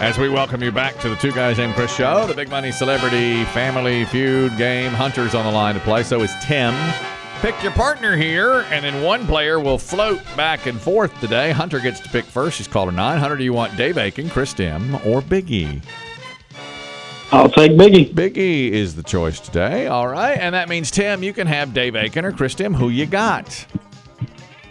As we welcome you back to the Two Guys Named Chris show, the big money celebrity family feud game. Hunter's on the line to play, so is Tim. Pick your partner here, and then one player will float back and forth today. Hunter gets to pick first. She's caller 9. Hunter, do you want Dave Aiken, Chris Tim, or E? Biggie? I'll take Biggie. Biggie E is the choice today. All right, and that means Tim, you can have Dave Aiken or Chris Tim. Who you got?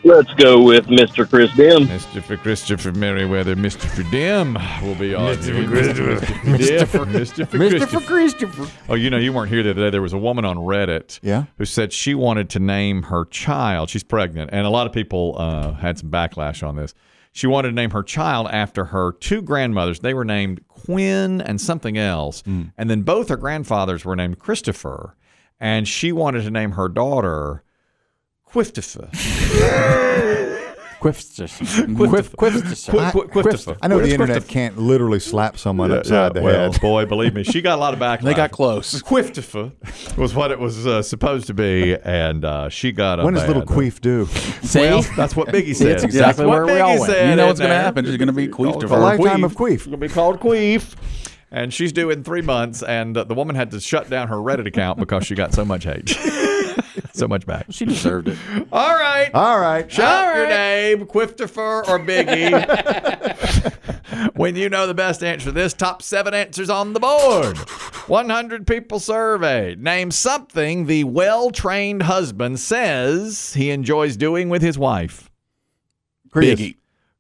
Let's go with Mr. Chris Dim. Mr. Christopher Merriweather, Mr. Dim will be on. Mr. you. Christopher. Christopher. Christopher. Christopher Christopher. Christopher. Oh, you know, you weren't here the other day. There was a woman on Reddit Yeah. who said she wanted to name her child. She's pregnant, and a lot of people uh, had some backlash on this. She wanted to name her child after her two grandmothers. They were named Quinn and something else, Hmm. and then both her grandfathers were named Christopher. And she wanted to name her daughter Quiftifa. Quifster. Quif- Quifster. Quif- Quif- Quiftifer. I know Where's the internet Quiftifer? can't literally slap someone Yeah, upside the well, head. boy, believe me, she got a lot of backlash. They got close. Quiftifa was what it was uh, supposed to be, and uh, she got a. When does little bad- queef do? See? Well, that's what Biggie said. That's exactly That's where what we Biggie all went. said You know in what's gonna there. happen. There's gonna be It's gonna queef be to called her. A lifetime of queef. It's gonna be called queef. And she's due in three months, and uh, the woman had to shut down her Reddit account because she got so much hate, so much back. She deserved it. All right, All right. Uh, shout your name, Quiftifer or Biggie. when you know the best answer to this, top seven answers on the board. 100 people surveyed. Name something the well-trained husband says he enjoys doing with his wife. Biggie.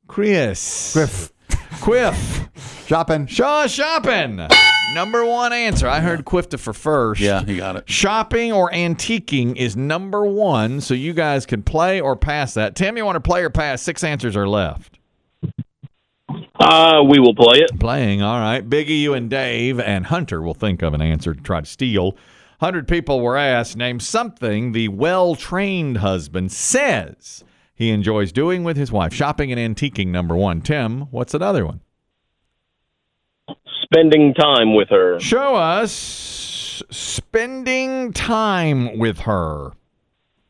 Chris. Griff. Quiff. Shopping. Shaw shopping. Number one answer. I heard Quiftifer first. Yeah, you got it. Shopping or antiquing is number one, so you guys can play or pass that. Tim, you want to play or pass? Six answers are left. Uh, we will play it. Playing, all right. Biggie, you and Dave and Hunter will think of an answer to try to steal. 100 people were asked, name something the well trained husband says he enjoys doing with his wife. Shopping and antiquing, number one. Tim, what's another one? Spending time with her. Show us spending time with her.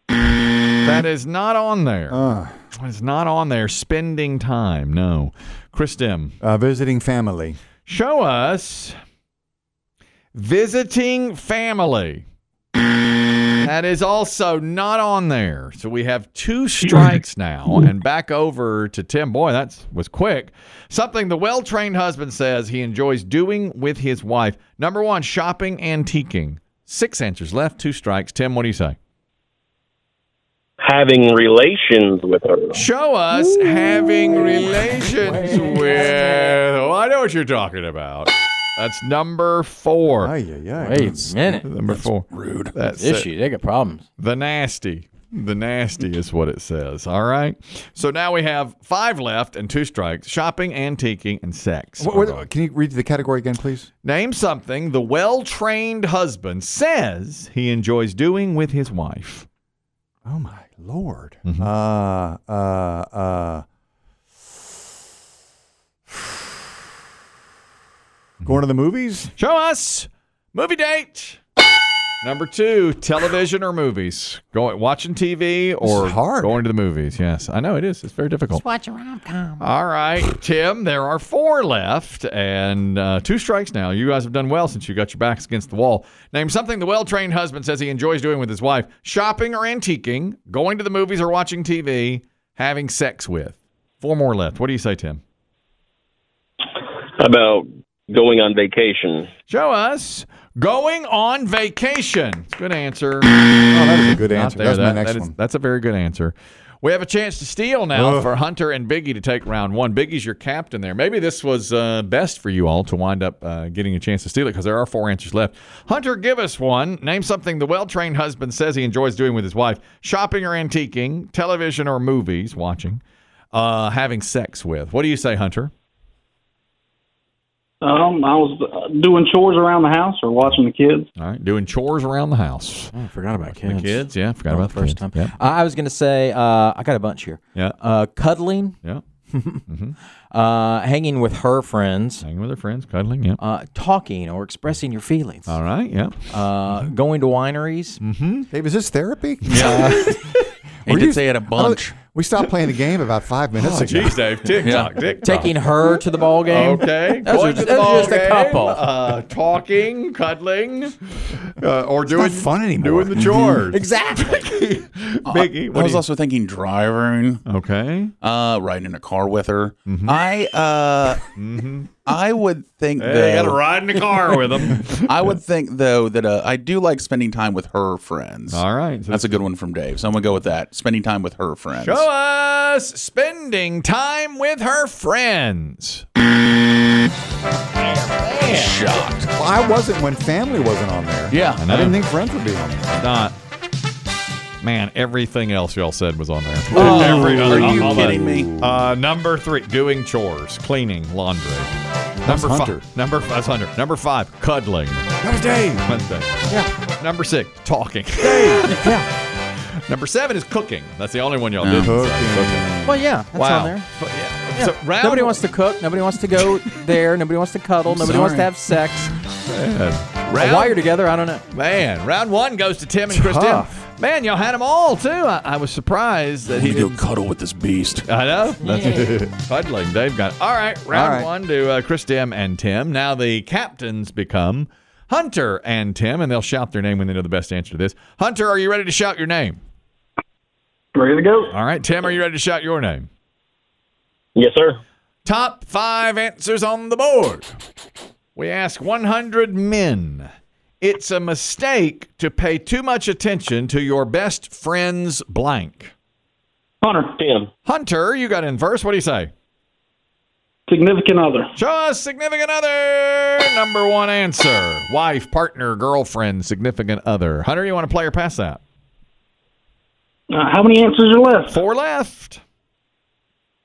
That is not on there. uh, It's not on there. Spending time. No. Christim, Uh, visiting family. show us visiting family. That is also not on there. So we have two strikes now and back over to Tim. Boy, that was quick. Something the well trained husband says he enjoys doing with his wife. Number one, shopping, antiquing. Six answers left, two strikes. Tim, what do you say? Having relations with her. Show us having relations with. Oh, I know what you're talking about. That's number four. Ay, ay, ay. Wait a minute. Number four. Rude. That's it. Issue. They got problems. The nasty. The nasty is what it says. All right. So now we have five left and two strikes shopping, antiquing, and sex. What- what- can you read the category again, please? Name something the well trained husband says he enjoys doing with his wife. Oh my lord. Uh, uh, uh. Going to the movies? Show us movie date. Number two, television or movies. Going watching TV or is hard. going to the movies. Yes, I know it is. It's very difficult. watch a rom com. All right, Tim. There are four left and uh, two strikes now. You guys have done well since you got your backs against the wall. Name something the well-trained husband says he enjoys doing with his wife: shopping or antiquing, going to the movies or watching TV, having sex with. Four more left. What do you say, Tim? How about going on vacation? Show us going on vacation. It's a Good answer. Oh, that's a good Not answer. there. That's my That- next that is- one. That's a very good answer. We have a chance to steal now Ugh. for Hunter and Biggie to take round one. Biggie's your captain there. Maybe this was uh, best for you all to wind up uh, getting a chance to steal it because there are four answers left. Hunter, give us one. Name something the well trained husband says he enjoys doing with his wife shopping or antiquing, television or movies, watching, uh, having sex with. What do you say, Hunter? Um, I was uh, doing chores around the house or watching the kids. All right, doing chores around the house. Oh, I forgot about The kids. kids, yeah, forgot Oh, about the first kids. time. I I was gonna say uh, I got a bunch here. Yeah. Uh, cuddling, Yeah, yeah. uh, hanging with her friends, Hanging with their friends, cuddling. Yeah. uh, talking or expressing your feelings, All right. Yeah. uh, mm-hmm. going to wineries. Dave, is this therapy? He Were did you- say it a I don't- bunch. We stopped playing the game about five minutes Oh, ago. geez, Dave. Tick tock, tick tock. Taking her to the ball game. Okay. Those going to are the those are just a ballgame, couple. Uh, talking, cuddling, uh, or doing not fun anymore. Doing the chores. exactly. Biggie, I what do was you- also thinking driving, okay. uh, riding in a car with her. Mm-hmm. I uh, I would think Hey, you got to though- ride in the car with them. I would think though that uh, I do like spending time with her friends. All right. So That's a good one from Dave. So I'm gonna go with that. Spending time with her friends. show us spending time with her friends. Shocked. Well, I wasn't when family wasn't on there. Yeah. I didn't think friends would be on there. Not. Man, everything else y'all said was on there. Oh, Every other- are you all kidding that. me? Uh, number three, doing chores, cleaning, laundry. Number Hunter. five. Number five. That's Hunter. Number five, cuddling. That was Dave. Wednesday. Yeah. Number six, talking. Yeah. Number seven is cooking. That's the only one y'all did. Uh-huh. Cooking. Well, yeah, that's wow. on there. F- yeah. Yeah. So round nobody wants to cook. Nobody wants to go there. Nobody wants to cuddle. nobody wants to sorry. have sex. Man. Or Round, Why you're together, I don't know. man, round one goes to Tim and Kristen. Tough. Man, y'all had them all too. I, I was surprised that he You go didn't. cuddle with this beast. I know. That's cuddling. They've got. All right, round All right. one to uh, Chris Dim and Tim. Now the captains become Hunter and Tim, and they'll shout their name when they know the best answer to this. Hunter, are you ready to shout your name? Ready to go. All right, Tim, are you ready to shout your name? Yes, sir. Top five answers on the board. We ask 100 men. It's a mistake to pay too much attention to your best friend's blank. Hunter, Tim. Hunter, you got in first. What do you say? significant other. Show us significant other. Number one answer wife, partner, girlfriend, significant other. Hunter, you want to play or pass that? Uh, how many answers are left? Four left.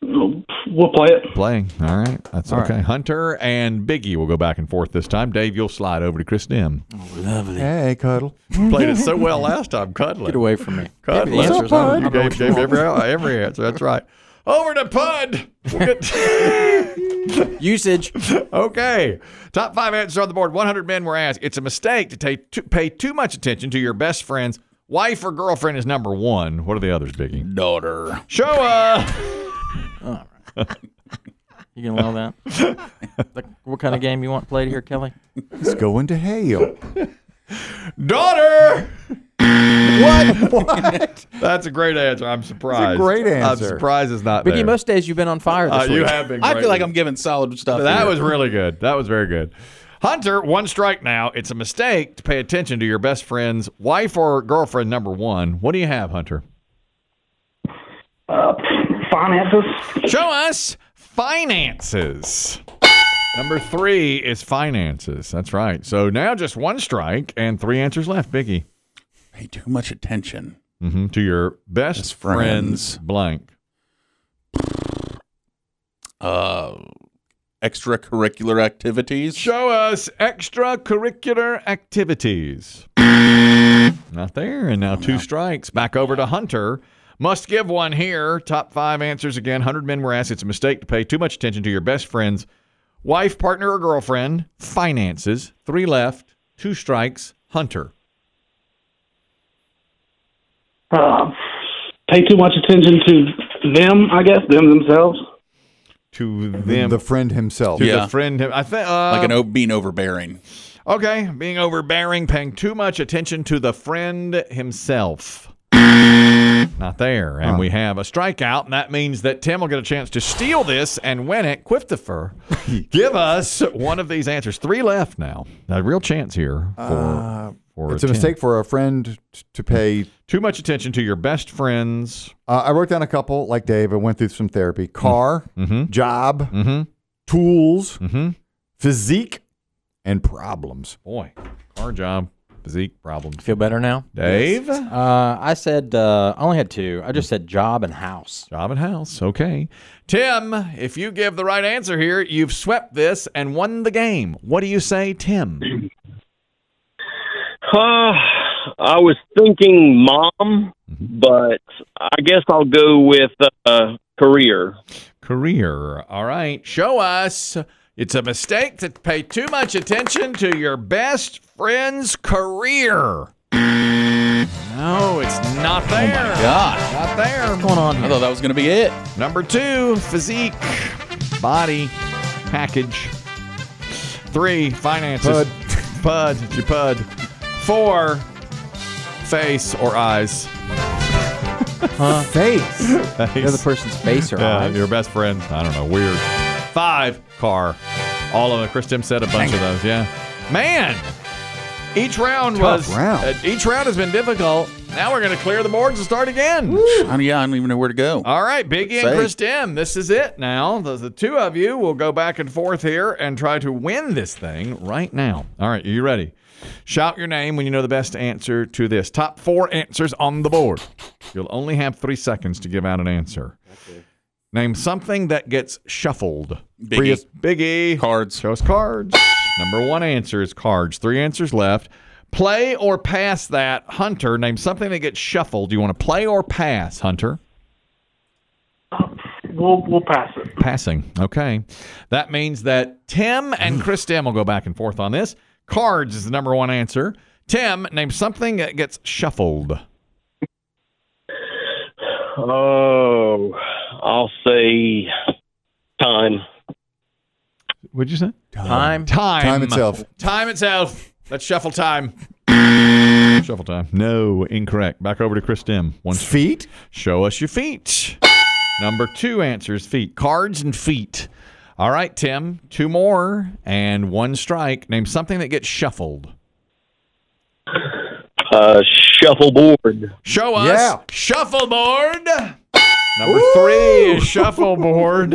We'll play it. Playing. All right. That's okay. Hunter and Biggie will go back and forth this time. Dave, you'll slide over to Chris Dim. Hey, cuddle. Played it so well last time. Cuddling. Get away from me. Cut. Maybe the answer is I don't- I You don't know gave, what you gave want. every, every answer. That's right. Over to Pud. We'll get- Usage. okay. Top five answers on the board. 100 men were asked. It's a mistake to, take, to pay too much attention to your best friend's wife or girlfriend is number one. What are the others, Biggie? Daughter. Show up. You can allow that. Like, what kind of game you want played here, Kelly? It's going to hail. Daughter. what? What? That's a great answer. I'm surprised. great I'm answer. surprised it's not Biggie, there. most days you've been on fire this Uh, week. you have been. I feel greatly- like I'm giving solid stuff. That here. was really good. That was very good. Hunter, one strike now. It's a mistake to pay attention to your best friend's wife or girlfriend, number one. What do you have, Hunter? Uh, finances. Show us finances. Number three is finances. That's right. So now just one strike and three answers left, Biggie. pay too much attention. hmm To your best, Best friend's friends. blank. Uh, extracurricular activities. Show us extracurricular activities. Not there. And now two strikes. Back over to Hunter. Must give one here. Top five answers again. 100 men were asked. It's a mistake to pay too much attention to your best friend's wife, partner, or girlfriend. Finances. Three left. Two strikes. Hunter. Uh, pay too much attention to them, I guess, them themselves. To them. the friend himself. to Yeah. the friend. I think. Uh, Like an o- being overbearing. okay. Being overbearing, paying too much attention to the friend himself. Not there. And we have a strikeout, and that means that Tim will get a chance to steal this and win it. Quiftifer, give us one of these answers. Three left now. A real chance here for, for Uh, It's a Tim. mistake for a friend t- to pay. Too much attention to your best friends. Uh, I wrote down a couple, like Dave. I went through some therapy. Car, Mm-hmm. job, tools, physique, and problems. Boy, our job, physique problems. Feel better now? Dave? Uh, I said uh, I only had two. I just said job and house. Job and house. Okay. Tim, if you give the right answer here, you've swept this and won the game. What do you say, Tim? Uh, I was thinking mom, but I guess I'll go with uh, career. Career. All right. Show us. It's a mistake to pay too much attention to your best friend's career. No, it's not there. God, not there. Oh What's going on Ah, I here? thought that was going to be it. Number two, physique, body, package. Three, finances. Pud. Pud. It's your pud. Four, face or eyes. Face. The other person's face or Yeah, eyes. your best friend. I don't know. Weird. Five car. All of it. Chris Tim said a bunch of those. Yeah. Man, each round Tough was. round. uh, each round has been difficult. Now we're going to clear the boards and start again. I, yeah, I don't even know where to go. All right, Biggie and Say. Chris Tim, this is it now. The, the two of you will go back and forth here and try to win this thing right now. All right, are you ready? Shout your name when you know the best answer to this. Top four answers on the board. You'll only have three seconds to give out an answer. Name something that gets shuffled. Biggie. Prius- Biggie. Cards. Shows cards. Number one answer is cards. Three answers left. Play or pass that, Hunter. Name something that gets shuffled. Do you want to play or pass, Hunter? We'll we'll pass it. Passing. Okay. That means that Tim and Chris Tim will go back and forth on this. Cards is the number one answer. Tim, name something that gets shuffled. Oh, I'll say time. What'd you say? Time. Time. Time itself. Time itself. Let's shuffle time. shuffle time. No, incorrect. Back over to Chris Tim. One. Feet. Show us your feet. Number two answers feet. Cards and feet. All right, Tim. Two more and one strike. Name something that gets shuffled. Uh, shuffleboard. Show us Yeah. shuffleboard. Number three is shuffleboard.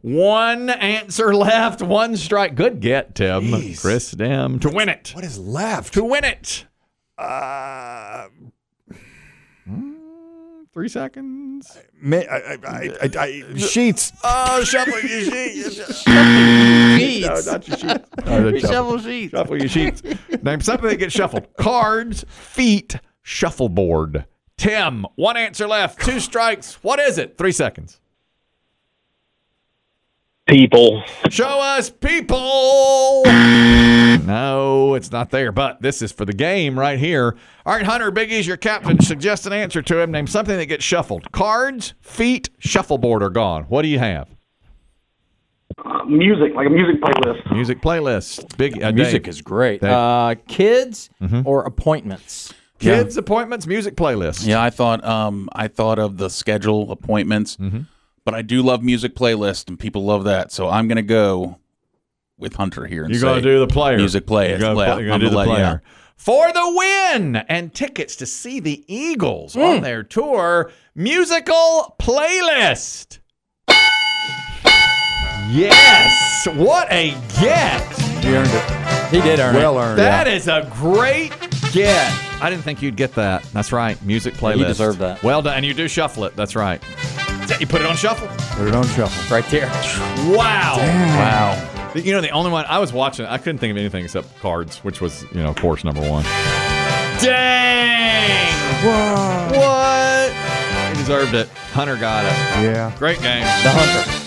One answer left, one strike. Good get, Tim. Jeez. Chris Dem to win it. What is left? To win it. Uh, Three seconds. ma- I, I, I, I, I, sheets. Oh, shuffle your sheets. Sheets. No, not your sheets. No, that's shuffle. Shovel sheets. shuffle your sheets. Name something that gets shuffled. Cards, feet, shuffleboard. Tim, one answer left, two strikes. What is it? Three seconds. People. Show us people. No, it's not there, but this is for the game right here. All right, Hunter, Biggie's your captain. Suggest an answer to him. Name something that gets shuffled. Cards, feet, shuffleboard are gone. What do you have? Uh, music, like a music playlist. Music playlist. Big uh, Music Dave. is great. Dave. Uh, kids Mm-hmm. or appointments? kids appointments. Music playlist. Yeah, I thought um I thought of the schedule appointments, Mm-hmm. but I do love music playlist and people love that, so I'm gonna go with Hunter here. And You're gonna say do the player. music You're playlist. gonna, Yeah, play- you're gonna I'm do the gonna let- yeah. player. For the win and tickets to see the Eagles on their tour musical playlist. Yes. What a get. He earned it. He did earn Well earned. That is a great get. I didn't think you'd get that. That's right. Music playlist. you deserve that. Well done. And you do shuffle it. That's right. You put it on shuffle. Put it on shuffle. it right there. Wow. Wow. You know, the only one I was watching, I couldn't think of anything except cards, which was, you know, of course, number one. Dang! Whoa. What? He deserved it. Hunter got it. Yeah. Great game. The hunter.